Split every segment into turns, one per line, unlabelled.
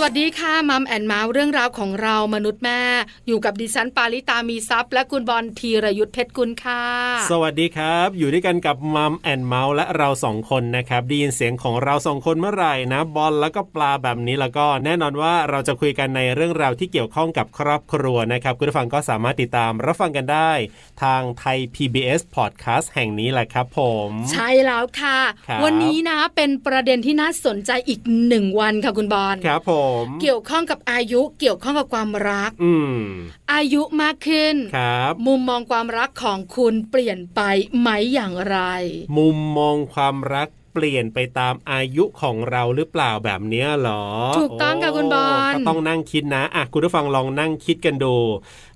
สวัสดีค่ะมัมแอนเมาส์เรื่องราวของเรามนุษย์แม่ อยู่กับดิฉันปาริตามีซัพย์และคุณบอลธีรยุทธเพชรกุลค่ะ
สวัสดีครับ อยู่ด้วยกันกับมัมแอนเมาส์และเราสองคนนะครับได้ยินเสียงของเราสองคนเมื่อไหร่นะ บอลแล้วก็ปลาแบบนี้แล้วก็แน่นอนว่าเราจะคุยกันในเรื่องราวที่เกี่ยวข้องกับครอบครัวนะครับ คุณผู้ฟังก็สามารถติดตามรับฟังกันได้ ทางไทย PBS Podcast แห่งนี้แหละครับผม
ใช่แล้วค่ะ
ครับ
วันนี้นะเป็นประเด็นที่น่าสนใจอีกหนึ่งวันค่ะคุณบอล
ครับผม
เกี่ยวข้องกับอายุเกี่ยวข้องกับความรัก
อืม
อายุมากขึ้น
ครับ
มุมมองความรักของคุณเปลี่ยนไปไหมอย่างไร
มุมมองความรักเปลี่ยนไปตามอายุของเราหรือเปล่าแบบเนี้ยเหรอ
ถูกต้องค่ะ
โ
คุณบอล
ก็ต้องนั่งคิดนะอ่ะคุณผู้ฟังลองนั่งคิดกันดู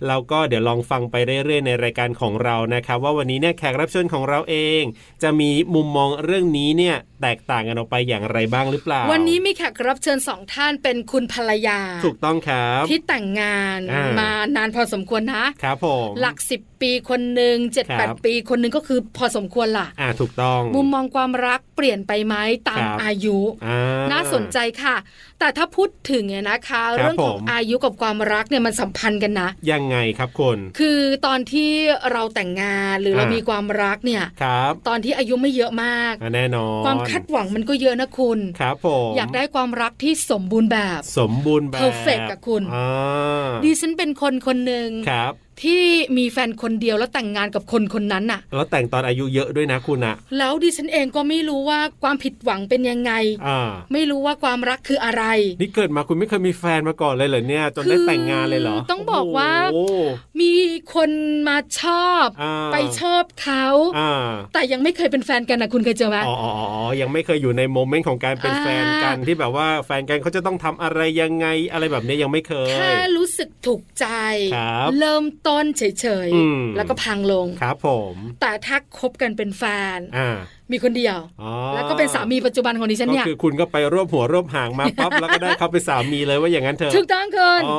แล้วก็เดี๋ยวลองฟังไปเรื่อยๆในรายการของเรานะครับ ว่าวันนี้เนี่ยแขกรับเชิญของเราเอง จะมีมุมมองเรื่องนี้เนี่ยแตกต่างกันออกไปอย่างไรบ้างหรือเปล่า
วันนี้มีแขกรับเชิญสองท่านเป็นคุณภรรยา
ถูกต้องครับ
ที่แต่งงาน
อ่าม
มานานพอสมควรนะ
ครับผม
หลักสิบปีคนหนึ่งเจ็ด
ค
แป
รั
ด
บ
ปีคนหนึ่งก็คือพอสมควรล่ะ
อ่ะถูกต้อง
มุมมองความรักเปลี่ยนไปไหมตาม
ครับ
อายุ
อ่า
น่าสนใจค่ะ แต่ถ้าพูดถึงเนี่ยนะคะ
ครับ
เรื่องของ
ผม
อายุกับความรักเนี่ยมันสัมพันธ์กันนะ
ยังไงครับคน
คือตอนที่เราแต่งงานหรือเรา
อ่ามี
มีความรักเนี่ย
ครับ
ตอนที่อายุไม่เยอะมาก
อ่ะแน่นอน
ความคาดหวังมันก็เยอะนะคุณ
ครับผม
อยากได้ความรักที่สมบูรณ์แบบ
สมบูรณ์แบบ
perfect อะคุณ
อ่า
ดิฉันเป็นคนคนหนึ่ง
ครับ
ที่มีแฟนคนเดียวแล้วแต่งงานกับคนคนนั้นน่ะ
แล้วแต่งตอนอายุเยอะด้วยนะคุณอะ
แล้วดิฉันเองก็ไม่รู้ว่าความผิดหวังเป็นยังไง
อ่า
ไม่รู้ว่าความรักคืออะไร
นี่เกิดมาคุณไม่เคยมีแฟนมาก่อนเลยเหรอเนี่ย จนได้
คือ
แต่งงานเลยเหรอ
ต้องบอกว่า
โอ้โห
มีคนมาชอบ
อ่า
ไปชอบเขา
อ่า
แต่ยังไม่เคยเป็นแฟนกันนะคุณเคยเจอไหม
อ๋ออ๋ออ๋อยังไม่เคยอยู่ในโมเมนต์ของการเป็น
อ่า
แฟนกันที่แบบว่าแฟนกันเขาจะต้องทำอะไรยังไงอะไรแบบเนี้ยยังไม่เคย
แค่รู้สึกถูกใจ
ครับ
เริ่มต้นเฉย
อืม
ๆ แล้วก็พังลง
ครับผม
แต่ถ้าคบกันเป็นแฟน
อ่า
มีคนเดียว
อ๋อ
แล้วก็เป็นสามีปัจจุบันของดิฉัน
ก็
เนี่ย
คือคุณก็ไปรวบหัวรวบหางมาปั๊บ แล้วก็ได้เขาเป็นสามีเลยว่าอย่างนั้นเถอะ
ถูกต้องเกิน
อ๋อ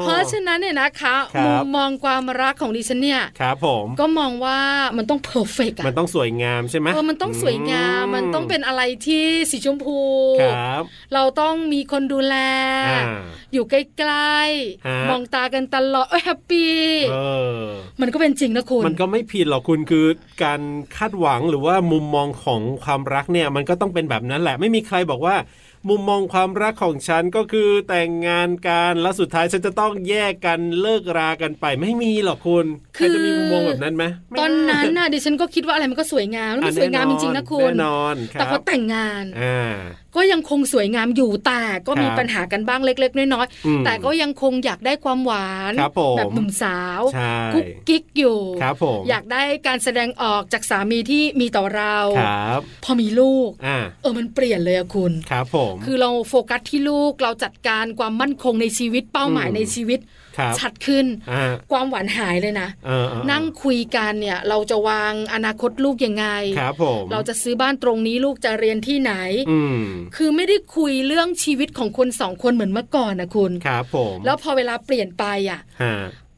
เพราะฉะนั้นเนี่ยนะคะ
ครับ
มุมมองความรักของดิฉันเนี่ย
ครับผม
ก็มองว่ามันต้องเพอร์เฟกต์อะ
มันต้องสวยงามใช่ไหม
เออ มันต้องสวยงาม มันต้องเป็นอะไรที่สีชมพู
ครับ
เราต้องมีคนดูแล
อ่า
อยู่ใกล้
ฮะ
ๆ มองตากันตลอด เอ้ยแฮปปี้
เออ
มันก็เป็นจริงนะคุณ
มันก็ไม่ผิดหรอกคุณคือการคาดหวังหรือว่ามุมมองของความรักเนี่ย มันก็ต้องเป็นแบบนั้นแหละ ไม่มีใครบอกว่า มุมมองความรักของฉันก็คือแต่งงานกันแล้วสุดท้ายฉันจะต้องแยกกันเลิกรากันไป ไม่มีหรอกคุณใคร
คือ
จะมีมุมมองแบบนั้นไหมไม่
ตอนนั้น
ได้
น่ะดิฉันก็คิดว่าอะไรมันก็สวยงามแล้วมัน
อ่ะ
สวยงามจ
แอ
ริงๆนะคุณ
แน่นอนค
แต่
รั
พอบ แต่งงาน
อ่า
ก็ยังคงสวยงามอยู่แต่ก็มี
ครับ
ปัญหากันบ้างเล็ก ๆ น้อย
อืม
ๆแต่ก็ยังคงอยากได้ความหวาน
ครับผม
แบบหนุ่มสาว
ใช่
กุ๊กกิ๊กอยู่
ครับผม
อยากได้การแสดงออกจากสามีที่มีต่อเรา
ครับ
พอมีลูก
อ่า
เออ มันเปลี่ยนเลยอะคุณ
ครับผม
คือเราโฟกัสที่ลูก เราจัดการความมั่นคงในชีวิต เป้าหมาย
อืม
ในชีวิต
ครับ
ชัดขึ้น
อ่า
ความหวานหายเลยนะ
เออเออเออ
นั่งคุยกันเนี่ย เราจะวางอนาคตลูกยังไง
ครับผม
เราจะซื้อบ้านตรงนี้ลูกจะเรียนที่ไหน
อืม
คือไม่ได้คุยเรื่องชีวิตของคนสองคนเหมือนเมื่อก่อนนะคุณ
ครับผม
แล้วพอเวลาเปลี่ยนไปอะ
ฮะ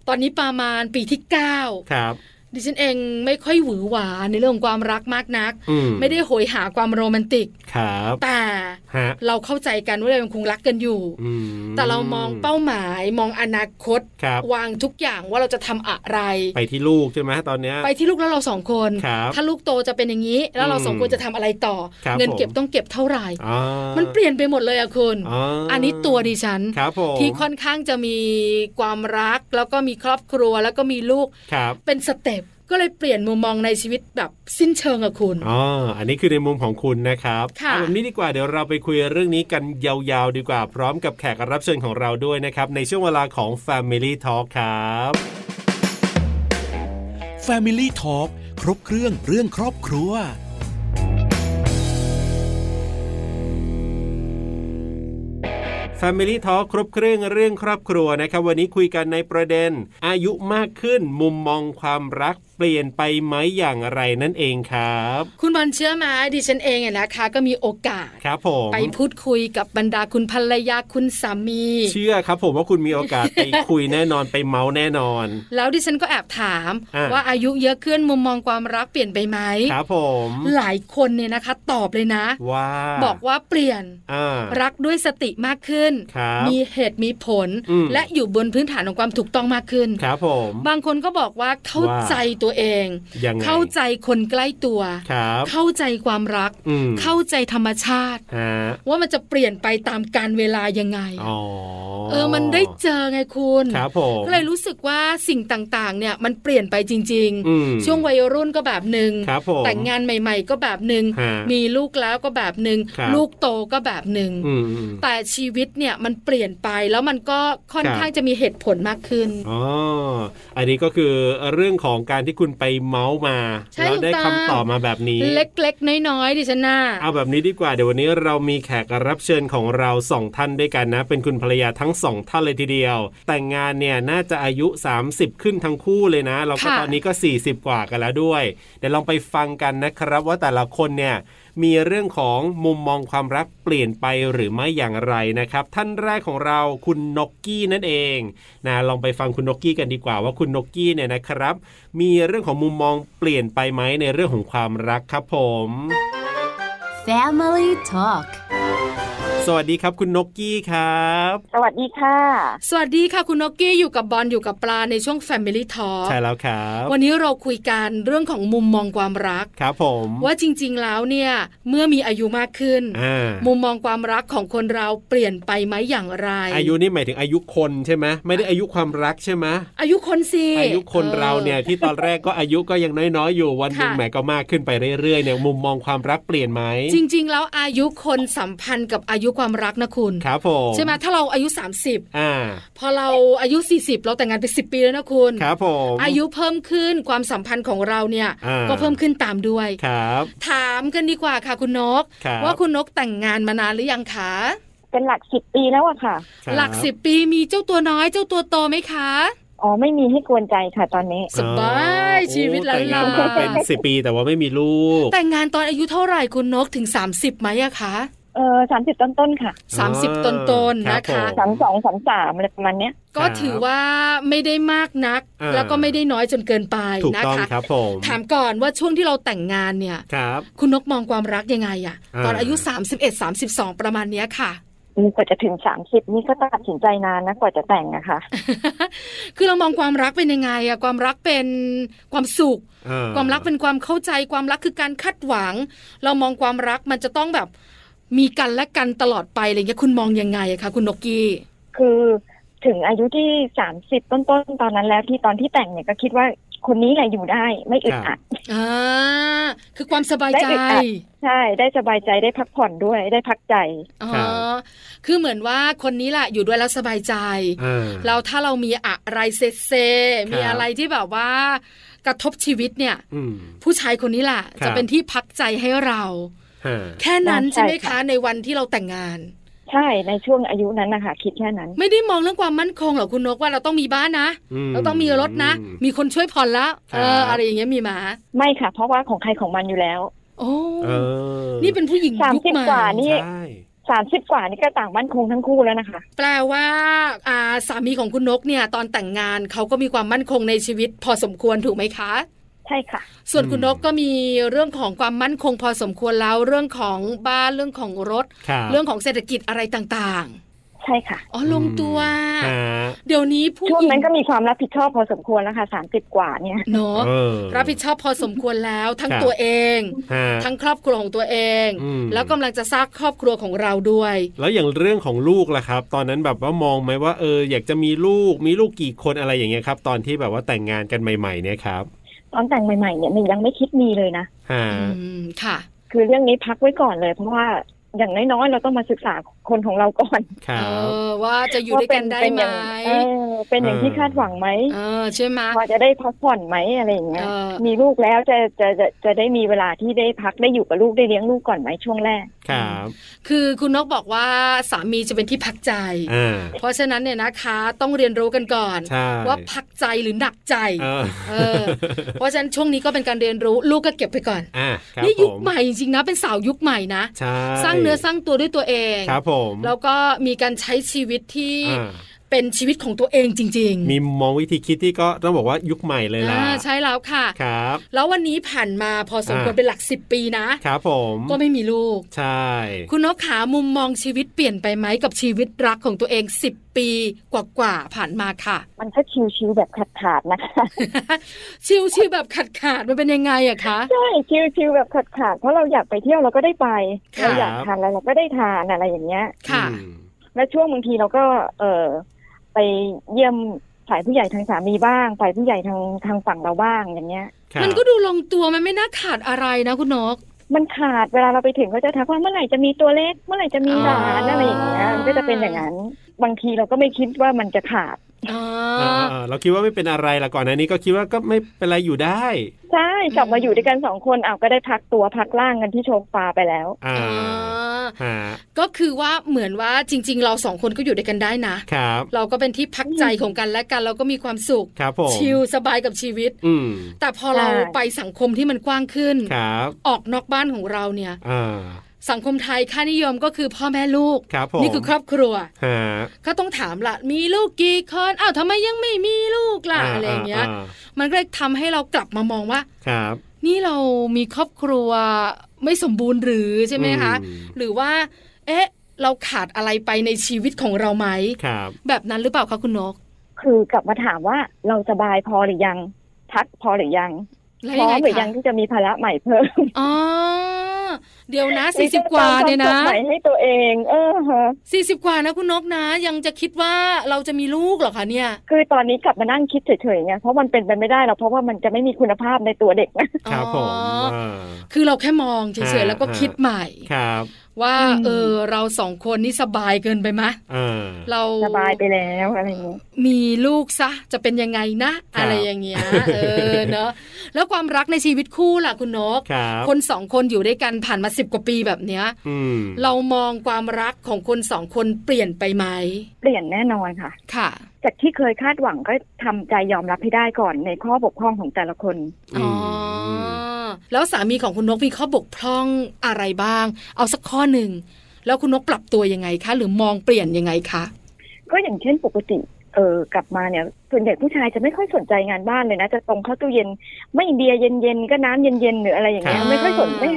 ตอนนี้ประมาณปีที่ 9
ครับ
ดิฉันเองไม่ค่อยหวือหวาในเรื่องของความรักมากนัก
อืม
ไม่ได้โหยหาความโรแมนติก
ครับ
แต่
ฮะ
เราเข้าใจกันว่าเรายังคงรักกันอยู่
อืม
แต่เรามองเป้าหมายมองอนาคต
ครับ
วางทุกอย่างว่าเราจะทำอะไร
ไปที่ลูกใช่ไหมตอนเนี้ย
ไปที่ลูกแล้วเราสองคน
ครับ
ถ้าลูกโตจะเป็นอย่างนี้ แล้วเราสองคนจะทำอะไรต่อ
ครับ
เงิน
ผม
เก็บต้องเก็บเท่าไหร่
อ่า
มันเปลี่ยนไปหมดเลยอะคุณ
อ่า
อันนี้ตัวดิฉัน
ครับผม
ที่ค่อนข้างจะมีความรักแล้วก็มีครอบครัวแล้วก็มีลูก
ครับ
เป็นสเต็ปก็เลยเปลี่ยนมุมมองในชีวิตแบบสิ้นเชิงอะคุณ
อ๋ออันนี้คือในมุมของคุณนะครับ
ค่ะ
เอาแบบนี้ดีกว่าเดี๋ยวเราไปคุยเรื่องนี้กันยาวๆ ดีกว่าพร้อมกับแขกรับเชิญของเราด้วยนะครับ ในช่วงเวลาของ Family Talk ครับ
Family Talk ครบเครื่องเรื่องครอบครัว
Family Talk ครบเครื่องเรื่องครอบครัวนะครับ วันนี้คุยกันในประเด็น อายุมากขึ้นมุมมองความรัก ปลี่ยนไปไหมอย่างไรนั่นเองครับ
คุณบอลเชื่อไหมาดิฉันเองเนี่ยนะคะ ก็มีโอกาส
ครับผม
ไปพูดคุยกับบรรดาคุณภรรยาคุณสามี
เชื่อครับผมว่าคุณมีโอกาส ไปคุยแน่นอนไปเมาส์แน่นอน
แล้วดิฉันก็แอบถาม
อ่า
ว่าอายุเยอะขึ้นมุมมองความรักเปลี่ยนไปไหม
ครับผม
หลายคนเนี่ยนะคะ ตอบเลยนะ
ว่า
บอกว่าเปลี่ยน
อ่า
รักด้วยสติมากขึ้น
ครับ
มีเหตุมีผล
อืม
และอยู่บนพื้นฐานของความถูกต้องมากขึ้น
ครับผม
บางคนก็บอกว่าเข้า
ว่า
ใจตัวเอง
ยังไง
เข้าใจคนใกล้ตัว
ครับ
เข้าใจความรัก
อืม
เข้าใจธรรมชาติ
ฮะ
ว่ามันจะเปลี่ยนไปตามการเวลายังไง
อ๋อ
เออ มันได้เจอไงคุณ
ครับผม
ก็เลยรู้สึกว่าสิ่งต่างๆ เนี่ยมันเปลี่ยนไปจริง
อืม
ๆ ช่วงวัยรุ่นก็แบบหนึ่ง
ครับผม
แต่งงานใหม่ ๆ ก็แบบหนึ่ง
ฮะ
มีลูกแล้วก็แบบหนึ่ง
ครับ
ลูกโตก็แบบหนึ่ง
อืมอืม
แต่ชีวิตเนี่ยมันเปลี่ยนไปแล้วมันก็ค่อน
ครับ
ข้างจะมีเหตุผลมากขึ้น
อ๋อ อันนี้ก็คือเรื่องของการที่คุณไปเมาส์มา
ใช่
แล้วได้
ถูกต้อ
คำ
ง
ตอบมาแบบนี้
เล็กๆ น้อยๆดิฉันน่า
เอาแบบนี้ดีกว่าเดี๋ยววันนี้เรามีแขกรับเชิญของเราสองท่านด้วยกันนะ เป็นคุณภรรยาทั้งสองท่านเลยทีเดียว แต่งงานเนี่ยน่าจะอายุ 30 ขึ้นทั้งคู่เลยนะ เราก็ตอนนี้ก็ 40 กว่ากันแล้วด้วย เดี๋ยวลองไปฟังกันนะครับ ว่าแต่ละคนเนี่ยมีเรื่องของมุมมองความรักเปลี่ยนไปหรือไม่อย่างไรนะครับ ท่านแรกของเราคุณนกกี้นั่นเองนะลองไปฟังคุณนกกี้กันดีกว่าว่าคุณนกกี้เนี่ยนะครับ มีเรื่องของมุมมองเปลี่ยนไปไหมในเรื่องของความรักครับผม
Family Talk
สวัสดีครับคุณนกกี้ครับ
สวัสดีค่ะ
สวัสดีค่ะคุณนกกี้อยู่กับบอลอยู่กับปลาในช่วง Family Talk
ใช่แล้วครับ
วันนี้เราคุยกันเรื่องของมุมมองความรัก
ครับผม
ว่าจริงๆแล้วเนี่ยเมื่อมีอายุมากขึ้น
อ่า
มุมมองความรักของคนเราเปลี่ยนไปไหมอย่างไร
อายุนี่หมายถึงอายุคนใช่ไหมไม่ได้อายุความรักใช่ไหม
อายุคนสิ
อายุคน
ออ
เราเนี่ยที่ตอนแรกก็อายุก็ยังน้อยๆอยู่วันหนึ่ง
ค่ะ
แหมก็มากขึ้นไปเรื่อยๆเนี่ยมุมมองความรักเปลี่ยนไหม
จริง ๆ แล้วอายุคนสัมพันธ์กับอายุความรักนะคุณ
ครับผม
ใช่ไหมถ้าเราอายุ
อ่า
30 พอเราอายุ 40 เราแต่งงานไป 10 ปีแล้วนะคุณ
ครับผม
อายุเพิ่มขึ้นความสัมพันธ์ของเราเนี่ย
อ่า
ก็เพิ่มขึ้นตามด้วย
ครับ
ถามกันดีกว่าค่ะคุณนก
ครับ
ว่าคุณนกแต่งงานมานานหรือยังคะ
เป็นหลักสิบปีแล้วอะค่ะ
ครับ
หลักสิบปีมีเจ้าตัวน้อยเจ้าตัวโตไหมคะ
อ๋อ ไม่มีให้กวนใจค่ะตอนนี้
สบายชีวิต
โอ้แต่งงาน
ล้านๆ
มาเป็นสิปีแต่ว่าไม่มีลูก
แต่งงานตอนอายุเท่าไหร่คุณนกถึง 30ไหมอะคะ
เออสามสิบต้นต้นๆค่ะ
อ่า
30 ต้นๆน
ครับ
นะ
ผ
คะ
ม
สามสองสามสามอะไรประมาณเนี้ย
ก็ถือว่าไม่ได้มากนัก
อ่า
แล้วก็ไม่ได้น้อยจนเกินไป
ถูก
นะ
ต้อง
คะ
ครับผม
ถามก่อนว่าช่วงที่เราแต่งงานเนี่ย
ครับ
คุณนกมองความรักยังไงอะ
อ่า
ตอนอายุ 31 32 ประมาณเนี้ยค่ะ
กว่าจะถึงสามสิบนี่ก็ตัดสินใจนานนะกว่าจะแต่งอะค่ะ
คือเรามองความรักเป็นยังไงอะความรักเป็นความสุข
อ่
ความรักเป็นความเข้าใจความรักคือการคาดหวัง เรามองความรักมันจะต้องแบบมีกันและกันตลอดไปอะไรเงี้ยคุณมองยังไงอะคะคุณนกกี้
คือถึงอายุที่สามสิบต้นต้นๆตอนนั้นแล้วที่ตอนที่แต่งเนี่ยก็คิดว่าคนนี้แหละอยู่ได้ไม่อึดอัด
อ่าคือความสบายใจ
ได้อึดอัด ใช่ ได้สบายใจได้พักผ่อนด้วยได้พักใจ
อ๋อคือเหมือนว่าคนนี้แหละอยู่ด้วยแล้วสบายใจ
อ่า
เราถ้าเรามีอะไรเซเซๆมี
ครับ
อะไรที่แบบว่ากระทบชีวิตเนี่ย
อืม
ผู้ชายคนนี้แหละ
ครับ
จะเป็นที่พักใจให้เรา
ฮะ
แค่นั้น
ใช่
ใช่ไหม
ค่ะ
คะ ในวันที่เราแต่งงาน
ใช่ในช่วงอายุนั้นนะคะคิดแค่นั้น
ไม่ได้มองเรื่องความมั่นคงหรอกคุณนกว่าเราต้องมีบ้านนะ
อืม
เราต้องมีรถนะ มีคนช่วยผ่อนแล้ว
ครับ
เอออะไรอย่างเงี้ยมีมา
ไม่ค่ะ เพราะว่าของใครของมันอยู่แล้ว
โอ้
เออ
นี่เป็นผู้หญิง
สาม
ยุค
สิบ
ใหม่
กว่านี่
ใช่
สามสิบกว่านี่ก็ต่างมั่นคงทั้งคู่แล้วนะคะ
แปลว่าอ่าสามีของคุณนกเนี่ยตอนแต่งงานเขาก็มีความมั่นคงในชีวิต พอสมควรถูกไหมคะ
ใช่ค่ะ
ส่วน
อืม
คุณนกก็มีเรื่องของความมั่นคงพอสมควรแล้วเรื่องของบ้านเรื่องของรถ
ครับ
เรื่องของเศรษฐกิจอะไรต่าง
ใช่ค่ะ
ๆ อ๋อลงตัว
ฮะ
เดี๋ยวนี้ผู้ห
ช่วง
ญิง
นั้นก็มีความรับผิดชอบพอสมควรแล้วค่ะสามสิบกว่าเนี่ย
เนาะ
เออ
รับผิดชอบพอสมควรแล้วทั้ง
ครับ
ตัวเอง
ฮะ
ทั้งครอบครัวของตัวเอง
อืม
แล้วกำลังจะสร้างครอบครัวของเราด้วย
แล้วอย่างเรื่องของลูกล่ะครับ ตอนนั้นแบบว่ามองไหมว่าเอออยากจะมีลูกมีลูกกี่คนอะไรอย่างเงี้ยครับ ตอนที่แบบว่าแต่งงานกันใหม่ๆเนี่ยครับ
ตอนแต่งใหม่ๆเนี่ยมันยังไม่คิดมีเลยนะ
ฮะ
อืมค่ะ
คือเรื่องนี้พักไว้ก่อนเลย เพราะว่าอย่างน้อยๆเราต้องมาศึกษา คนของเราก่อน
ครั
เอบ อว่าจะอยู่ด้วยกันได้
เป็
ไหม
อย่างเออเป็นอย่างที่คาดหวังไหม
เออใช่ไหม
พอจะได้พักผ่อนไหมอะไรอย่างเงี้ย
เออ
มีลูกแล้วจะจะจะจะได้มีเวลาที่ได้พักได้อยู่กับลูกได้เลี้ยงลูกก่อนไหมช่วงแรก
ครับ
คือคุณนกบอกว่าสามีจะเป็นที่พักใจ
อ่า
เพราะฉะนั้นเนี่ยนะคะต้องเรียนรู้กันก่อน
ใช่
ว่าพักใจหรือหนักใจ
เออ
เออ เพราะฉะนั้นช่วงนี้ก็เป็นการเรียนรู้ลูกก็เก็บไปก่อน
อ่าครับ
นี่ยุค
ผ
ใหม่จริงๆนะเป็นสาวยุคใหม่นะ
ใช่
สร้างเนื้อสร้างตัวด้วยตัวเอง
ครับผม
แล้วก็มีการใช้ชีวิตที่
อ่า
เป็นชีวิตของตัวเองจริงๆ
มีมองวิธีคิดที่ก็ต้องบอกว่ายุคใหม่เลยล่ะ
อ่าใช่แล้วค่ะ
ครับ
แล้ววันนี้ผ่านมาพอสมควร
อ่า
เป็นหลักสิบปีนะ
ครับผม
ก็ไม่มีลูก
ใช่
คุณนกขามุมมองชีวิตเปลี่ยนไปไหมกับชีวิตรักของตัวเอง 10 ปีกว่าๆผ่านมาค่ะ
มันก็ชิวๆแบบขาดๆนะคะ
ชิวชิวๆแบบขาดขาดๆมันเป็นยังไงอะคะ
ใช่ชิวๆแบบขาดๆเพราะเราอยากไปเที่ยวเราก็ได้ไป
ค่ะ
เราอยากทานอะไรเราก็ได้ทานอะไรอย่างเงี้ย
ค่ะ
อืม
และช่วงบางทีเราก็เออไปเยี่ยมฝ่ายผู้ใหญ่ทางสามีบ้างฝ่ายผู้ใหญ่ทางทางฝั่งเราบ้างอย่างเงี้ย
ครับ
มันก็ดูลงตัวมันไม่น่าขาดอะไรนะคุณนก
มันขาดเวลาเราไปถึงก็จะทักว่าเมื่อไหร่จะมีตัวเล็กเมื่อไหร่จะมีหลาน
อ๋ออ
อะไรอย่างเงี้ยมันก็จะเป็นอย่างนั้น บางทีเราก็ไม่คิดว่ามันจะขาด
อ่า
อ่าอ่าเราคิดว่าไม่เป็นอะไรละก่อนอันนี้ก็คิดว่าก็ไม่เป็นไรอยู่ได้
ใช่กลับมา
อืม
อยู่ด้วยกันสองคนเอาวก็ได้พักตัวพักร่างกันที่โชฟาไปแล้ว
อ่า
อ่า
ฮะ
ก็คือว่าเหมือนว่าจริง ๆ เราสองคนก็อยู่ด้วยกันได้นะ
ครับ
เราก็เป็นที่พักใจของกันและกันเราก็มีความสุข
ครับผม
ชิลสบายกับชีวิต
อืม
แต่พอเรา
ใช่
ไปสังคมที่มันกว้างขึ้น
ครับ
ออกนอกบ้านของเราเนี่ย
อ่า
สังคมไทยค่านิยมก็คือพ่อแม่ลูก
ครับผม
นี่คือครอบครัว
ฮะ
ก็ต้องถามละมีลูกกี่คนอ้าวทำไมยังไม่มีลูกล่ะ
า
อะไรอย่างเงี้ย
อ่า
มันก็เลยทำให้เรากลับมามองว่า
ครับ
นี่เรามีครอบครัวไม่สมบูรณ์หรือใช่ไหมคะ
อืม
หรือว่า เอ๊ะ เราขาดอะไรไปในชีวิตของเราไหม
ครับ
แบบนั้นหรือเปล่าคะคุณนก
คือกลับมาถามว่าเราสบายพอหรือยังพักพอหรือยัง
แล้ว
พร้
ยั
อง
ไง
มหรือยั
คะ
งที่จะมีภาระใหม่เพิ่ม
อ๋อเดี๋ยวนะสี่สิบกว่าเนี่ยนะ
มีความจำใหม่ให้ตัวเอง เออฮะ
สี่สิบกว่านะคุณนกนะ ยังจะคิดว่าเราจะมีลูกเหรอคะเนี่ย
คือตอนนี้กลับมานั่งคิดเฉยๆไงเพราะมันเป็นไปไม่ได้หรอกเพราะว่ามันจะไม่มีคุณภาพในตัวเด็กนะ
ครับ
อ๋อ
ผมอ่า
คือเราแค่มองเฉย
อ่า
ๆแล้วก็คิดใหม่
ครับ
ว่า
อืม
เออเราสองคนนี่สบายเกินไปไหมะ
อ่า
เรา
สบายไปแล้วอะไรอย่างเงี้ย
มีลูกซะจะเป็นยังไงนะ
ครับ
อะไรอย่างเงี้ยเออเน อะแล้วความรักในชีวิตคู่ล่ะคุณนก
ครับ
คนสองคนอยู่ด้วยกันผ่านมาสิบกว่าปีแบบเนี้ย
อืม
เรามองความรักของคนสองคนเปลี่ยนไปไหม
เปลี่ยนแน่นอนค่ะ
ค่ะ
จากที่เคยคาดหวังก็ทำใจยอมรับให้ได้ก่อนในข้อบกพร่องของแต่ละคน
อ๋ออแล้วสามีของคุณนกมีข้อบกพร่องอะไรบ้าง เอาสักข้อหนึ่งแล้วคุณนกปรับตัวยังไงคะ หรือมองเปลี่ยนยังไงคะ
ก็อย่างเช่นปกติ เออกลับมาเนี่ยส่วนใหญ่ผู้ชายจะไม่ค่อยสนใจงานบ้านเลยนะ จะตรงเข้าตู้เย็น ไม่เบียร์เย็นๆก็น้ำเย็นๆหรืออะไรอย่างเงี้ยไม่ค่อยสนไม่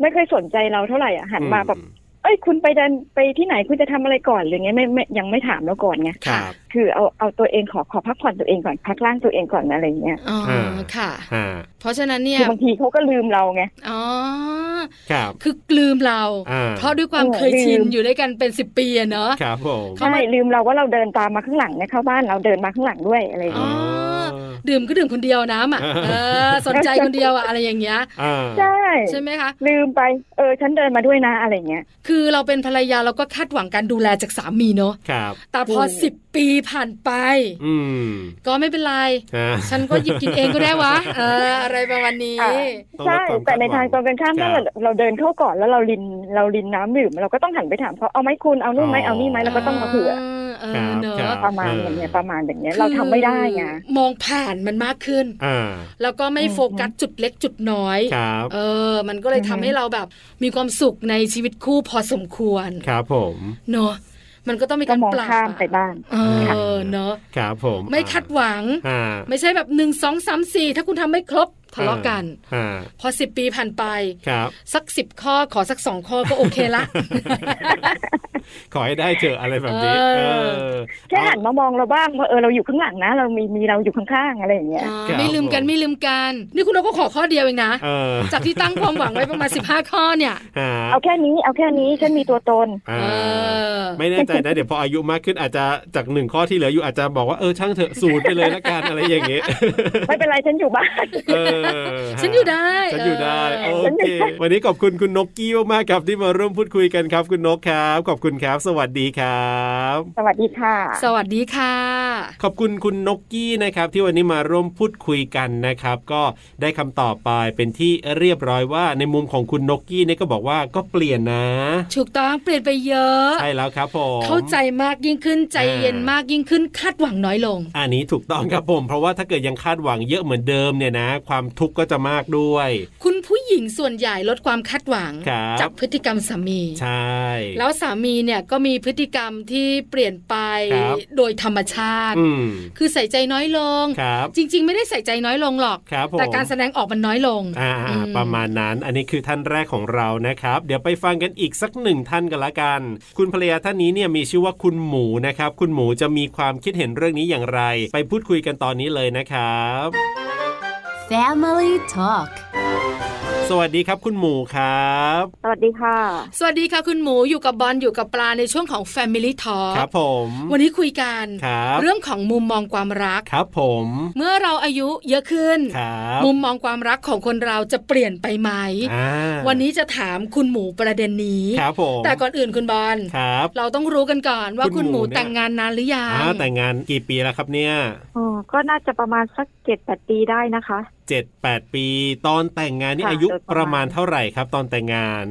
ไม่ค่อยสนใจเราเท่าไหร่อะหันมาแบบ เอ้ยคุณไปเดินไปที่ไหนคุณจะทำอะไรก่อนหรือไงไม่ไม่ยังไม่ถามเราก่อนไง
ครับ
คือเอาเอาตัวเองขอขอพักผ่อนตัวเองก่อนพักร่างตัวเองก่อนอะไรอย่างเงี้ย
อ๋อค่ะ
ฮะ
เพราะฉะนั้นเนี่
คื
ย
อบางทีเขาก็ลืมเราไง
อ๋อ
ครับ
คือลืมเรา
อ่า
เพราะด้วยความ
เออ
เคยชิน
ลืม
อยู่ด้วยกันเป็นสิบปีอะเนอะ
ครับผม
เข้า
ใช่
มา
ลืมเราว่าเราเดินตามมาข้างหลังเนี่ยเข้าบ้านเราเดินมาข้างหลังด้วยอะไรอย่าง
อ๋อ
เงี้ย
ดื่มก็ดื่มคนเดียวน้ำอ่ะเออสนใจคนเดียวอะอะไรอย่างเงี้ย
อ่า
ใช่
ใช่ไหมคะ
ลืมไปเออฉันเดินมาด้วยนะอะไรอย่างเงี้ย
คือเราเป็นภรรยาเราก็คาดหวังการดูแลจากสามีเนอะ
ครับ
แต่พอ
อืม
สิบปีผ่านไป
อืม
ก็ไม่เป็นไร
ฮะ
ฉันก็หยิบกินเองก็ได้ วะเอออะไรประมาณนี้
อ่า
ต้องลด
ใช่
ความ
แต่ในทาง
คาดหวัง
ตรงกันข้ามถ้า
ครั
เรา
บ
เราเดินเข้าก่อนแล้วเราลินเราลินน้ำดื่มเราก็ต้องหันไปถามเขาเอาไหมคุณเอานู่นไหมเอานี่ไหมเราก็ต้องมาเผื่อ
เออเน
ครั
อะ
บ
ประมาณอย่างเงี้ยประมาณอย่างเงี้ย
คือ
เราทำไม่ได้ไง
มองผ่านมันมากขึ้น
อ่า
แล้วก็ไม่
อืม
โฟกัสจุดเล็กจุดน้อย
ครับ
เออ มันก็เลยทำให้เราแบบมีความสุขในชีวิตคู่พอสมควร
ครับผม
เนอะมันก็ต้องมี
ก็
การ
มอง
ปรับ
ข้ามไป
อะ
บ้าง
เออ เนอะ
ครับผม
ไม่คาดหวัง
อ่า
ไม่ใช่แบบหนึ่งสองสามสี่ถ้าคุณทำไม่ครบทะเลาะกัน
อ่า
พอสิบปีผ่านไป
ครับ
สักสิบข้อขอสักสองข้อก็โอเคละ
ขอให้ได้เจออะไรแบบนี้
เอ
เอ
อ
อ
แค่หันมามองเราบ้างว่าเออเราอยู่ข้างหลังนะ เรามีมีเราอยู่ข้างๆอะไรอย่างเงี้ย
อ่า
ครับ
ไม่ลืมกัน
ผม
ไม่ลืมกัน นี่คุณนกก็ขอข้อเดียวเองนะ
เออ
จากที่ตั้งความหวังไว้ประมาณ 15 ข้อเนี่ย
ฮะ
เอาแค่นี้เอาแค่นี้ฉันมีตัวตน
อ่า
เออ
ไม่แน่ใจนะเดี๋ยวพออายุมากขึ้นอาจจะจากหนึ่งข้อที่เหลืออยู่อาจจะบอกว่าเออช่างเถอะสูตรไปเลยละกันอะไรอย่างเงี้ย
ไม่เป็นไรฉันอยู่บ้าน
เออ อ
ฉันอยู่ได้
ฉันอยู่ได้
เอ
โอ
อ
เค วันนี้ขอบคุณคุณนกกี้มากๆครับที่มาร่วมพูดคุยกันครับ คุณนกครับ ขอบคุณครับ สวัสดีครับ
สวัสดีค่ะ
สวัสดีค่ะ
ขอบคุณคุณนกกี้นะครับ ที่วันนี้มาร่วมพูดคุยกันนะครับ ก็ได้คำตอบไปเป็นที่เรียบร้อยว่า ในมุมของคุณนกกี้เนี่ยก็บอกว่าก็เปลี่ยนนะ
ถูกต้องเปลี่ยนไปเยอะ
ใช่แล้วครับผม
เข้าใจมากยิ่งขึ้นใจเย็น
อ่าม
มากยิ่งขึ้นคาดหวังน้อยลง
อันนี้ถูกต้องครับผม เพราะว่าถ้าเกิดยังคาดหวังเยอะเหมือนเดิมเนี่ยนะ ความทุกข์ก็จะมากด้วย
คุณผู้หญิงส่วนใหญ่ลดความคาดหวัง
ครับ
จากพฤติกรรมสามี
ใช่
แล้วสามีเนี่ยก็มีพฤติกรรมที่เปลี่ยนไป
ครับ
โดยธรรมชาติ
อืม
คือใส่ใจน้อยลง
ครับ
จริง ๆ ไม่ได้ใส่ใจน้อยลงหรอก
ครับผม
แต่การแสดงออกมันน้อยลง
อ่า
อืม
ประมาณนั้นอันนี้คือท่านแรกของเรานะครับ เดี๋ยวไปฟังกันอีกสักหนึ่งท่านกันละกัน คุณภรรยาท่านนี้เนี่ยมีชื่อว่าคุณหมูนะครับ คุณหมูจะมีความคิดเห็นเรื่องนี้อย่างไร ไปพูดคุยกันตอนนี้เลยนะครับ
Family Talk
สวัสดีครับคุณหมูครับ
สวัสดีค่ะ
สวัสดีค่ะคุณหมูอยู่กับบอลอยู่กับปลาในช่วงของ Family Talk
ครับผม
วันนี้คุยกัน
ครับ
เรื่องของมุมมองความรัก
ครับผม
เมื่อเราอายุเยอะขึ้น
ครับ
มุมมองความรักของคนเราจะเปลี่ยนไปไหม
อ่า
วันนี้จะถามคุณหมูประเด็นนี้
ครับผม
แต่ก่อนอื่นคุณบอล
ครับ
เราต้องรู้กันก่อนว่า
คุ
คุณ
ณ
ห
หมู
มู
เนี่ย
แต่งงานนานหรือยัง
อ่าแต่งงานกี่ปีแล้วครับเนี่ย
อ๋อ ก็น่าจะประมาณสักเจ็ดแปดปีได้นะคะ
เจ็ดแปดปี ตอนแต่งงานนี่
ค่ะ
อายุ
โดย
ป
ประ ระ
มา
มา
ณ
ณ
เท่าไหร่ครับ ตอนแต่งงาน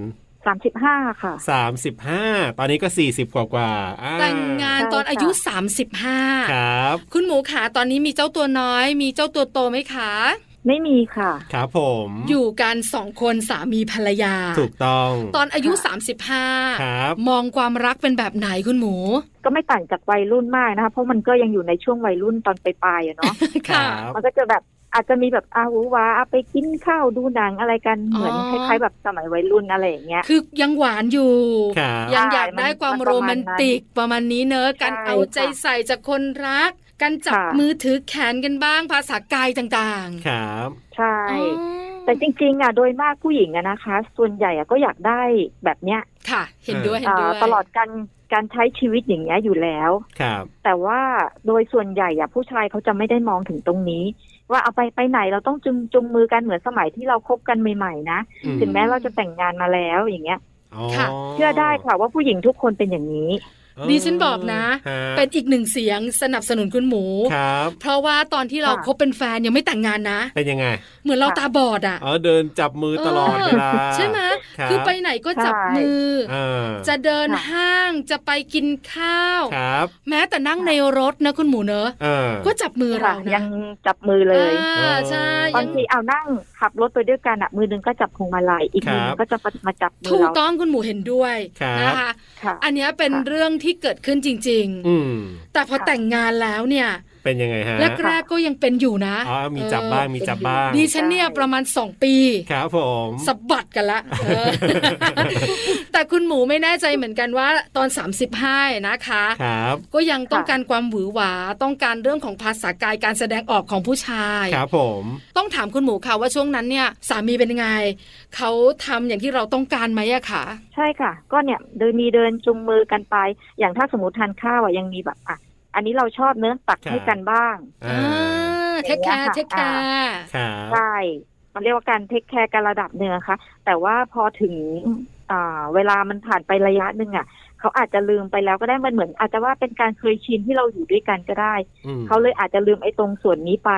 สามสิบห้าค่ะ
สามสิบห้าตอนนี้ก็สี่สิบกว่ากว่าๆอ่
แต่งงาน
ใช่
ตอนอายุ
ค่ะ
ค
35
รับ
คุณหมูขาตอนนี้มีเจ้าตัวน้อย มีเจ้าตัวโตไหมคะ
ไม่มีค่ะ
ครับผม
อยู่กันสองคนสามีภรรยา
ถูกต้อง
ตอนอายุ
ค่ะ
35
ครับ
มองความรักเป็นแบบไหนคุณหมู
ก็ไม่ต่างจากวัยรุ่นมากนะคะ เพราะมันก็ยังอยู่ในช่วงวัยรุ่นตอนปลายๆอะเนาะ
ครับ
มันก็จะแบบอาจจะมีแบบอาหูวาเอาไปกินข้าวดูหนังอะไรกัน
อ๋อ
เหมือนคล้ายๆแบบสมัยวัยรุ่นอะไรอย่างเงี้ย
คือยังหวานอยู่
ครับ
ยังอยากได้ความ
มันประมาณ
โรแมนติกประมาณนี้เนอะการ
ใช่
เอาใจใส่จากคนรัก การจับ
ค่ะ
มือถือแขนกันบ้าง ภาษากายต่าง
ครับ
ใช่
ๆอ๋อ
แต่จริงๆอ่ะโดยมากผู้หญิงอะนะคะ ส่วนใหญ่อะก็อยากได้แบบเนี้ย
ค่ะ เห็นด้วยเห็น
อ่า
ด้วย
ตลอดการการใช้ชีวิตอย่างเงี้ยอยู่แล้ว
ครับ
แต่ว่าโดยส่วนใหญ่อะผู้ชายเขาจะไม่ได้มองถึงตรงนี้ ว่าเอาไปไปไหนเราต้องจุงจุงมือกันเหมือนสมัยที่เราคบกันใหม่ๆนะ
อืม
ถึงแม้เราจะแต่งงานมาแล้วอย่างเงี้ย
อ๋อ
เชื่อได้ค่ะว่าผู้หญิงทุกคนเป็นอย่างนี้
เออ
ดิฉันบอกนะ
ฮะ
เป็นอีกหนึ่งเสียงสนับสนุนคุณหมู
ครับ
เพราะว่าตอนที่เรา
ค่ะ
คบเป็นแฟนยังไม่แต่งงานนะ
เป็นยังไง
เหมือนเราตาบอดอ่ะ
เออเดินจับมือตลอดเวลา
ใช่ไหม
รับ
คือไปไหนก็จับมือ
เออ
จะเดิน
ค่ะ
ห้างจะไปกินข้าว
ครับ
แม้แต่นั่งในรถนะคุณหมูเนอะ
เออ
ก็จับมือเรา
ค่ะ
นะ
ยังจับมือเลย
อ่าใช่
เออ
ยั
บา
ง
งทีเอานั่งขับรถไปด้วยกันอะมือหนึงก็จับพวงมาลัยอีกมือหนึงก็จะมาจับมื
ถู
อก เรา
ต้องคุณหมูเห็นด้วย
ครับ
นะคะ
ค่ะ
อันเนี้ยเป็น
ค่ะ
เรื่องที่เกิดขึ้นจริง
อืม
ๆ แต่พอแต่งงานแล้วเนี่ย
เป็นยังไงฮะ
แรกๆก็ยังเป็นอยู่นะ
อ๋อมีจับบ้างมีจับบ้าง
ดิฉันเนี่ยประมาณ 2 ปี
ครับผม
สะบัดกันละเออแต่คุณหมูไม่แน่ใจเหมือนกันว่าตอน 35 นะคะ
ครับ
ก็ยังต้องการความหวือหวาต้องการเรื่องของภาษากายการแสดงออกของผู้ชาย
ครับผม
ต้องถามคุณหมูค่ะว่าช่วงนั้นเนี่ย สามีเป็นยังไง เขาทำอย่างที่เราต้องการไหมอะค่ะ
ใช่ค่ะ ก็เนี่ยเดินมีเดินจุงมือกันไป อย่างถ้าสมมติทานข้าวอ่ะยังมีแบบอ่ะอันนี้เราชอบเนื้อะตัก
ครับ
ให้กันบ้าง
อ่า
เทคแคร์เทคแคร์
ครับ
ใช่มันเรียกว่าการเทคแคร์กันระดับหนึ่งอะค่ะ แต่ว่าพอถึงอ่าเวลามันผ่านไประยะหนึ่งอ่ะเขาอาจจะลืมไปแล้วก็ได้มันเหมือน อาจจะว่าเป็นการเคยชินที่เราอยู่ด้วยกันก็ได้
อืม
เขาเลยอาจจะลืมไอ้ตรงส่วนนี้ไป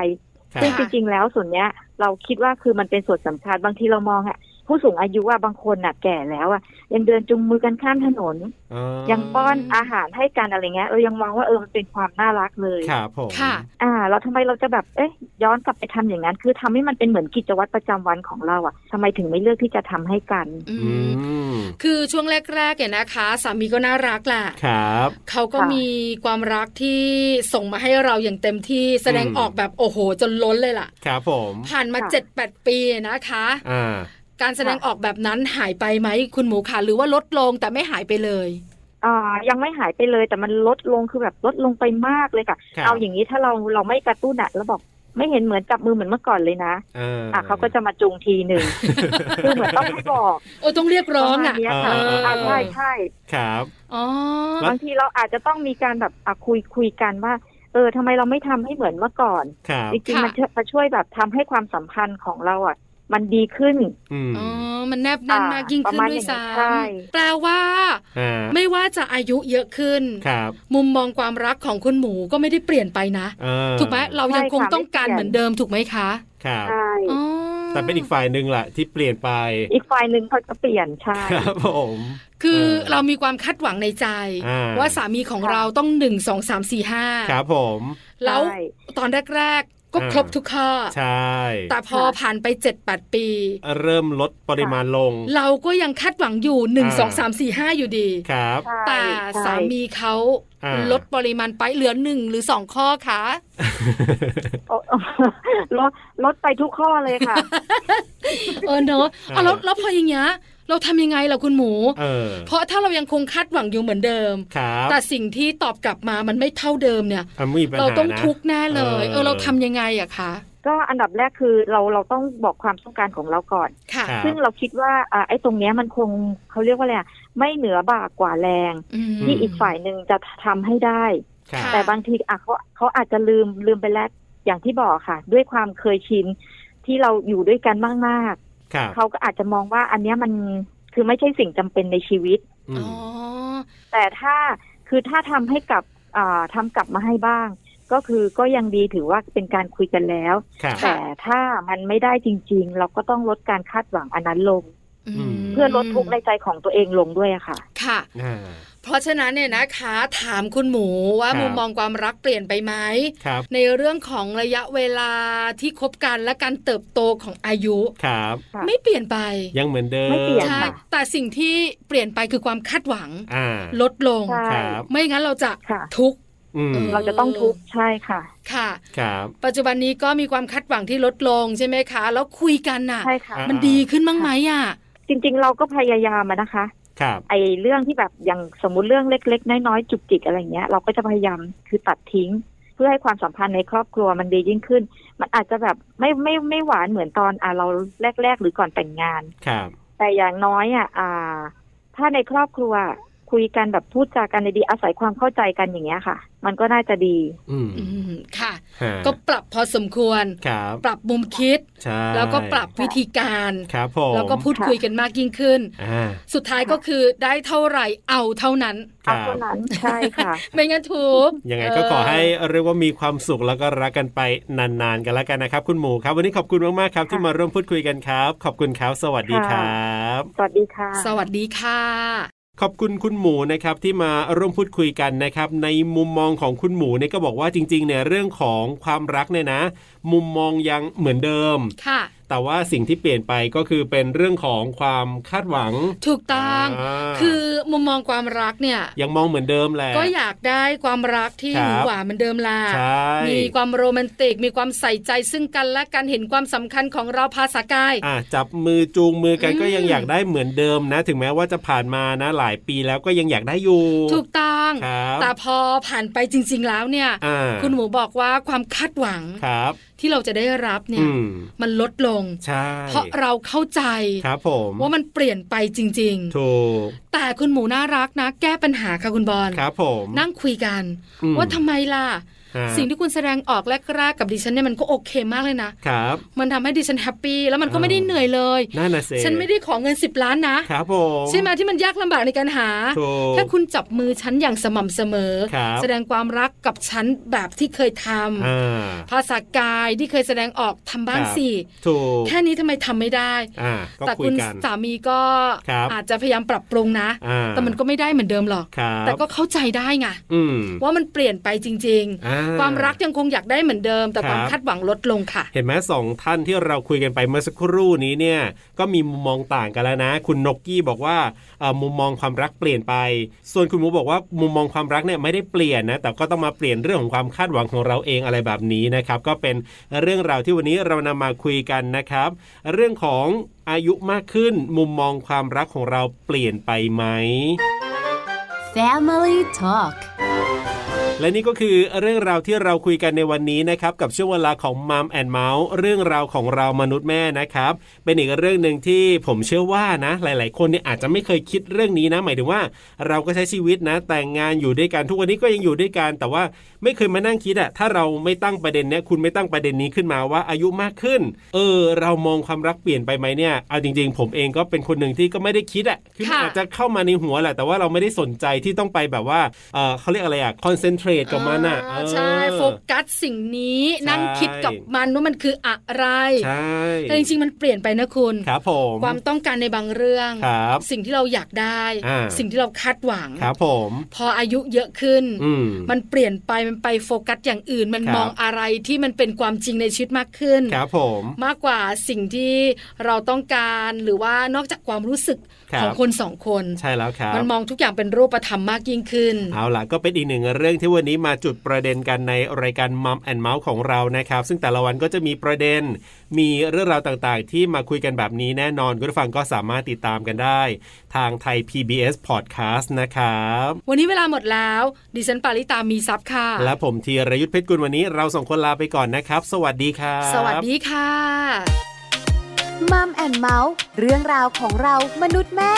ครับ
ซึ่งจริงๆ แล้วส่วนเนี้ยเราคิดว่าคือมันเป็นส่วนสำคัญบางทีเรามองอะผู้สูงอายุว่าบางคนน่ะแก่แล้วอะยังเดินจุงมือกันข้ามถนน
อ๋อ
ยังป้อนอาหารให้กันอะไรเงี้ยเรายังมองว่าเออมันเป็นความน่ารักเลย
ครับผม
ค่ะ
อ่า เราทำไมเราจะแบบเอ๊ยย้อนกลับไปทำอย่างนั้น คือทำให้มันเป็นเหมือนกิจวัตรประจำวันของเราอะทำไมถึงไม่เลือกที่จะทำให้กัน
อื
อื
ม
ม
คือช่วงแรกๆเนี่ยนะคะ สามีก็น่ารักแหละ
ครับ
เขาก็
ค่ะ
มีความรักที่ส่งมาให้เราอย่างเต็มที่แสดง
อืม
ออกแบบโอ้โห จนล้นเลยล่ะ
ครับผม
ผ่านมา
ค่ะ
เจ็ดแปดปีนะคะ
อ่า
การแสดงออกแบบนั้นหายไปไหมคุณหมูค่ะหรือว่าลดลงแต่ไม่หายไปเลย
อ่ายังไม่หายไปเลยแต่มันลดลงคือแบบลดลงไปมากเลยค่ะ
ครับ
เอาอย่างนี้ถ้าเราเราไม่กระตุ้นอะแล้วบอกไม่เห็นเหมือนจับมือเหมือนเมื่อก่อนเลยนะ
อ่า
อ่ะเขาก็จะมาจูงทีหนึ่ง คือเหมือนต้องให้ บอก
โอ้ต้องเรียกร้อง
ปมา
อ่ะ
ณเนี้ยค่ะ
เอออ่
ะใช่ใช่
ครับ
อ๋อ
แล้ว
บางทีเราอาจจะต้องมีการแบบอ่ะคุยคุยกันว่า เออทำไมเราไม่ทำให้เหมือนเมื่อก่อน
ครับ
จริง
ค่ะ
ๆมันจะมันช่วยแบบทำให้ความสัมพันธ์ของเราอ่ะ มันดีขึ้น
อืม
อ๋อ มันแนบแน่
อ่าม
นากยิ่งขึ้
ป
น
ระมาณ
ด้วยซ้
อย่างนั้นใช่
ำแปลว่า
อ่า
ไม่ว่าจะอายุเยอะขึ้น
ครับ
มุมมองความรักของคุณหมูก็ไม่ได้เปลี่ยนไปนะ
เออ
ถูกไหมเรายังคงต้องการ
ใช่ค่ะ
เหมือนเดิมถูกไหมคะ
ครับ
ใช่
อ๋อ
แต่เป็นอีกฝ่ายหนึ่งแหละที่เปลี่ยนไป
อีกฝ่ายหนึ่งเขาจะเปลี่ยนใช่
ครับผม
คือ
เออ
เรามีความคาดหวังในใจ
อ่า
ว่าสามีของ
ค่ะ
เราต้องหนึ่งสองสามสี่ห้า
ครับผม
แล้ว
ใช่
ตอนแรก ๆ ก็
อ่า
ครบทุกข้อ
ใช่
แต่พอ
ค่ะ
ผ่านไปเจ็ดแปดปี
เริ่มลดปริมาณลง
เราก็ยังคาดหวังอยู่หนึ่ง
อ่า
สองสามสี่ห้าอยู่ดี
ครับ
ใช่
แต่
ใช่
สามีเขา
อ่า
ลดปริมาณไปเหลือหนึ่งหรือสองข้อคะ
โอ้ ลดลดไปทุกข้อเลย ค่ะ
เออเนอะเอาแล้วแล้วพออย่างเงี้ยเราทำยังไงล่ะคุณหมู
เออ
เพราะถ้าเรายังคงคาดหวังอยู่เหมือนเดิม
ครับ
แต่สิ่งที่ตอบกลับมามันไม่เท่าเดิมเนี่ย
อ่ะมีปัญหา
เราต้อง
นะ
ทุกข์แน่เลย
เออ
เออเราทำยังไงอะคะ
ก็อันดับแรกคือเราเราต้องบอกความต้องการของเราก่อน
ค่ะ
ครับ
ซึ่งเราคิดว่าอ่าไอ้ตรงเนี้ยมันคงเขาเรียกว่าอะไรอะไม่เหนือบ่ากว่าแรง
อืม
ที่อีกฝ่ายหนึ่งจะทำให้ได้
ค
ค่ะ
รับ
แต่บางทีอ่ะเขาเขาอาจจะลืมลืมไปแล้วอย่างที่บอกค่ะ ด้วยความเคยชินที่เราอยู่ด้วยกันมาก
ครับ
ๆเขาก็อาจจะมองว่าอันเนี้ยมันคือไม่ใช่สิ่งจำเป็นในชีวิต
อื
อ๋อ
ม
แต่ถ้าคือถ้าทำให้กลับอ่าทำกลับมาให้บ้าง ก็คือก็ยังดีถือว่าเป็นการคุยกันแล้ว
ครับ
แต่ถ้ามันไม่ได้จริง ๆ เราก็ต้องลดการคาดหวังอันนั้นลง
อืม
อืม
เพื่อลดทุกข์ในใจของตัวเองลงด้วยอะค่ะ
ค่ะ
อ่า
เพราะฉะนั้นเนี่ยนะคะ ถามคุณหมูว่า
ครับ
มุมมองความรักเปลี่ยนไปไหม
ครับ
ในเรื่องของระยะเวลาที่คบกันและการเติบโตของอายุ
ครับ
ค่ะ
ไม่เปลี่ยนไป
ยังเหมือนเดิม
ไม่เปลี่ยน
ใช่
ค่ะ
แต่สิ่งที่เปลี่ยนไปคือความคาดหวัง
อ่า
ลดลง
ใช่
ครับ
ไม่งั้นเราจะ
ค่ะ
ทุกข์
อืม
เอ
เราจะต้องทุกข์ใช่ค่ะ
ค่ะ
ครับ
ปัจจุบันนี้ก็มีความคาดหวังที่ลดลงใช่ไหมคะ แล้วคุยกันน่ะ
ใช่ค่ะ
อ่า
มันดีขึ้นบ้างไหมอ่ะ
จริงๆ เราก็พยายามอะนะคะ
ครับ
ไอ้เรื่องที่แบบอย่างสมมุติเรื่องเล็ก ๆ น้อยๆจุกจิกอะไรเงี้ยเราก็จะพยายามคือตัดทิ้ง เพื่อให้ความสัมพันธ์ในครอบครัวมันดียิ่งขึ้น มันอาจจะแบบไม่ไม่ไม่หวานเหมือนตอนอ่ะเราแรก ๆ หรือก่อนแต่งงาน
ครับ
แต่อย่างน้อยอ่ะอ่า ถ้าในครอบครัวคุยกันแบบพูดจากันในดีอาศัยความเข้าใจกันอย่างเงี้ยค่ะ มันก็น่าจะดี
อืม
อืมค่ะ
ฮะ
ก็ปรับพอสมควร
ครับ
ปรับมุมคิด
ใช่
แล้วก็ปรับวิธีการ
ครับผม
แล้วก็พูดคุยกันมากยิ่งขึ้น
อ่า
สุดท้ายก็คือได้เท่าไหร่เอาเท่านั้น
ค
เอา
รับ
เท่านั้นใช่ค่ะ
ไม่งั้นทุบ
ยังไงก็ขอให้เรียกว่ามีความสุขแล้วก็รักกันไปนานๆกันแล้วกันนะครับ คุณหมูครับ วันนี้ขอบคุณมากๆครับ ที่มาร่วมพูดคุยกันครับ ขอบคุณครับสวัสดีค
ค่ะ
รับ
สวัสดีค่ะ
สวัสดีค่ะ
ขอบคุณคุณหมูนะครับที่มาร่วมพูดคุยกันนะครับ ในมุมมองของคุณหมูเนี่ยก็บอกว่าจริงๆเนี่ยเรื่องของความรักเนี่ยนะ มุมมองยังเหมือนเดิม
ค่ะ
แต่ว่าสิ่งที่เปลี่ยนไปก็คือเป็นเรื่องของความคาดหวัง
ถูกต้อง
า
คือมุมมองความรักเนี่ย
ยังมองเหมือนเดิมแหละ
ก็อยากได้ความรักที่
ครั
หวื
บ
อหวาเหมือนเดิมล่ะ
ใช่
มีความโรแมนติก มีความใส่ใจซึ่งกันและกันเห็นความสำคัญของเราภาษากาย
อ่ะจับมือจูงมือกัน
อืม
ก็ยังอยากได้เหมือนเดิมนะ ถึงแม้ว่าจะผ่านมานะ หลายปีแล้วก็ยังอยากได้อยู่
ถูกต้อง
ครับ
แต่พอผ่านไปจริง ๆ แล้วเนี่ย
อ่า
คุณหมูบอกว่าความคาดหวัง
ครับ
ที่เราจะได้รับเนี่
อื
ย
ม
มันลดลง
ใช่
เพราะเราเข้าใจ
ครับผม
ว่ามันเปลี่ยนไปจริง
ถูก
ๆ แต่คุณหมูน่ารักนะ แก้ปัญหาค่ะคุณบอล
ครับผม
นั่งคุยกัน
อืม
ว่าทำไมล่ะ
ฮะ
สิ่งที่คุณแสดงออกแรกๆกับดิฉันเนี่ยมันก็โอเคมากเลยนะ
ครับ
มันทำให้ดิฉันแฮปปี้แล้วมันก็
อ่า
ไม่ได้เหนื่อยเลย
นั่นนะเซ
ฉันไม่ได้ขอเงิน 10 ล้านนะ
ครับผม
ใช่ไหมที่มันยากลำบากในการหา
ถูก
ถ้าคุณจับมือฉันอย่างสม่ำเสมอ
ครับ
แสดงความรักกับฉันแบบที่เคยทำ
อ่า
ภาษากายที่เคยแสดงออกทำบ้าง
ครับ
สิ
ถูก
แค่นี้ทำไมทำไม่ได้
อ่าก็
แต่
คุ
คุ
ย
ณ
กัน
สามีก็
ครับ
อาจจะพยายามปรับปรุงนะ
อ่า
แต่มันก็ไม่ได้เหมือนเดิมหรอก
ครับ
แต่ก็เข้าใจได้ไง
อืม
ว่ามันเปลี่ยนไปจริง
อ่
ๆ ความรักยังคงอยากได้เหมือนเดิม แต่ความ
ครับ
คาดหวังลดลงค่ะ
เห็นไหมสองท่านที่เราคุยกันไปเมื่อสักครู่นี้เนี่ย ก็มีมุมมองต่างกันแล้วนะ คุณนกกี้บอกว่าเอ่อมุมมองความรักเปลี่ยนไป ส่วนคุณหมูบอกว่ามุมมองความรักเนี่ยไม่ได้เปลี่ยนนะ แต่ก็ต้องมาเปลี่ยนเรื่องของความคาดหวังของเราเองอะไรแบบนี้นะครับ ก็เป็นเรื่องราวที่วันนี้เรานำมาคุยกันนะครับ เรื่องของอายุมากขึ้น มุมมองความรักของเราเปลี่ยนไปไหม
Family Talk
ห และนี่ก็คือเรื่องราวที่เราคุยกันในวันนี้นะครับกับช่วงเวลาของมัมแอนเมาส์เรื่องราวของเรามนุษย์แม่นะครับ เป็นอีกเรื่องหนึ่งที่ผมเชื่อว่านะ หลาย ๆ คนเนี่ยอาจจะไม่เคยคิดเรื่องนี้นะ หมายถึงว่าเราก็ใช้ชีวิตนะ แต่งงานอยู่ด้วยกันทุกวันนี้ก็ยังอยู่ด้วยกัน แต่ว่าไม่เคยมานั่งคิดอะถ้าเราไม่ตั้งประเด็นเนี้ยคุณไม่ตั้งประเด็นนี้ขึ้นมาว่าอายุมากขึ้น เออ เรามองความรักเปลี่ยนไปไหมเนี่ยเอาจริง ๆ ผมเองก็เป็นคนหนึ่งที่ก็ไม่ได้คิดอะคือมัน
ค่ะ
อาจจะ เข้ามาในหัวแหละแต่ว่าเราไม่ได้สนใจที่ต้องไปแบบว่าเอ่อเขาเรียกอะไรอะคอนเซนเทรตกับมันอะ
อ่าใช่
เออ
โฟกัสสิ่งนี้นั่ง
ใช่
คิดกับมันว่ามันคืออะไร
ใช่
แต่จริงๆมันเปลี่ยนไปนะคุณ
ครับผม
ความต้องการในบางเรื่อง
ครับ
สิ่งที่เราอยากได้
อ่า
สิ่งที่เราคาดหวัง
ครับผม
พออายุเยอะขึ้น
อืม
มันเปลี่ยนไปมันไปโฟกัสอย่างอื่น มัน
ครับ
มองอะไรที่มันเป็นความจริงในชีวิตมากขึ้น
ครับผม
มากกว่าสิ่งที่เราต้องการหรือว่านอกจากความรู้สึก
ครับ
ของคนสองคน
ใช่แล้วครับ
มันมองทุกอย่างเป็นรูปธรรมมากยิ่งขึ้น
เอาล่ะก็เป็นอีกหนึ่งเรื่องที่วันนี้มาจุดประเด็นกันในรายการมัมแอนเมาส์ของเรานะครับ ซึ่งแต่ละวันก็จะมีประเด็น มีเรื่องราวต่างๆ ที่มาคุยกันแบบนี้แน่นอนคุณผู้ฟังก็สามารถติดตามกันได้ ทางไทย PBS Podcast นะครับ
วันนี้เวลาหมดแล้ว ดิฉันปาริตามีซัพ์ค่ะ
และผมธีรยุทธเพชรกุลวันนี้เราสองคนลาไปก่อนนะครับ สวัสดีครับ
สวัสดีค่ะ
มัมแอนเมาส์เรื่องราวของเรามนุษย์แม่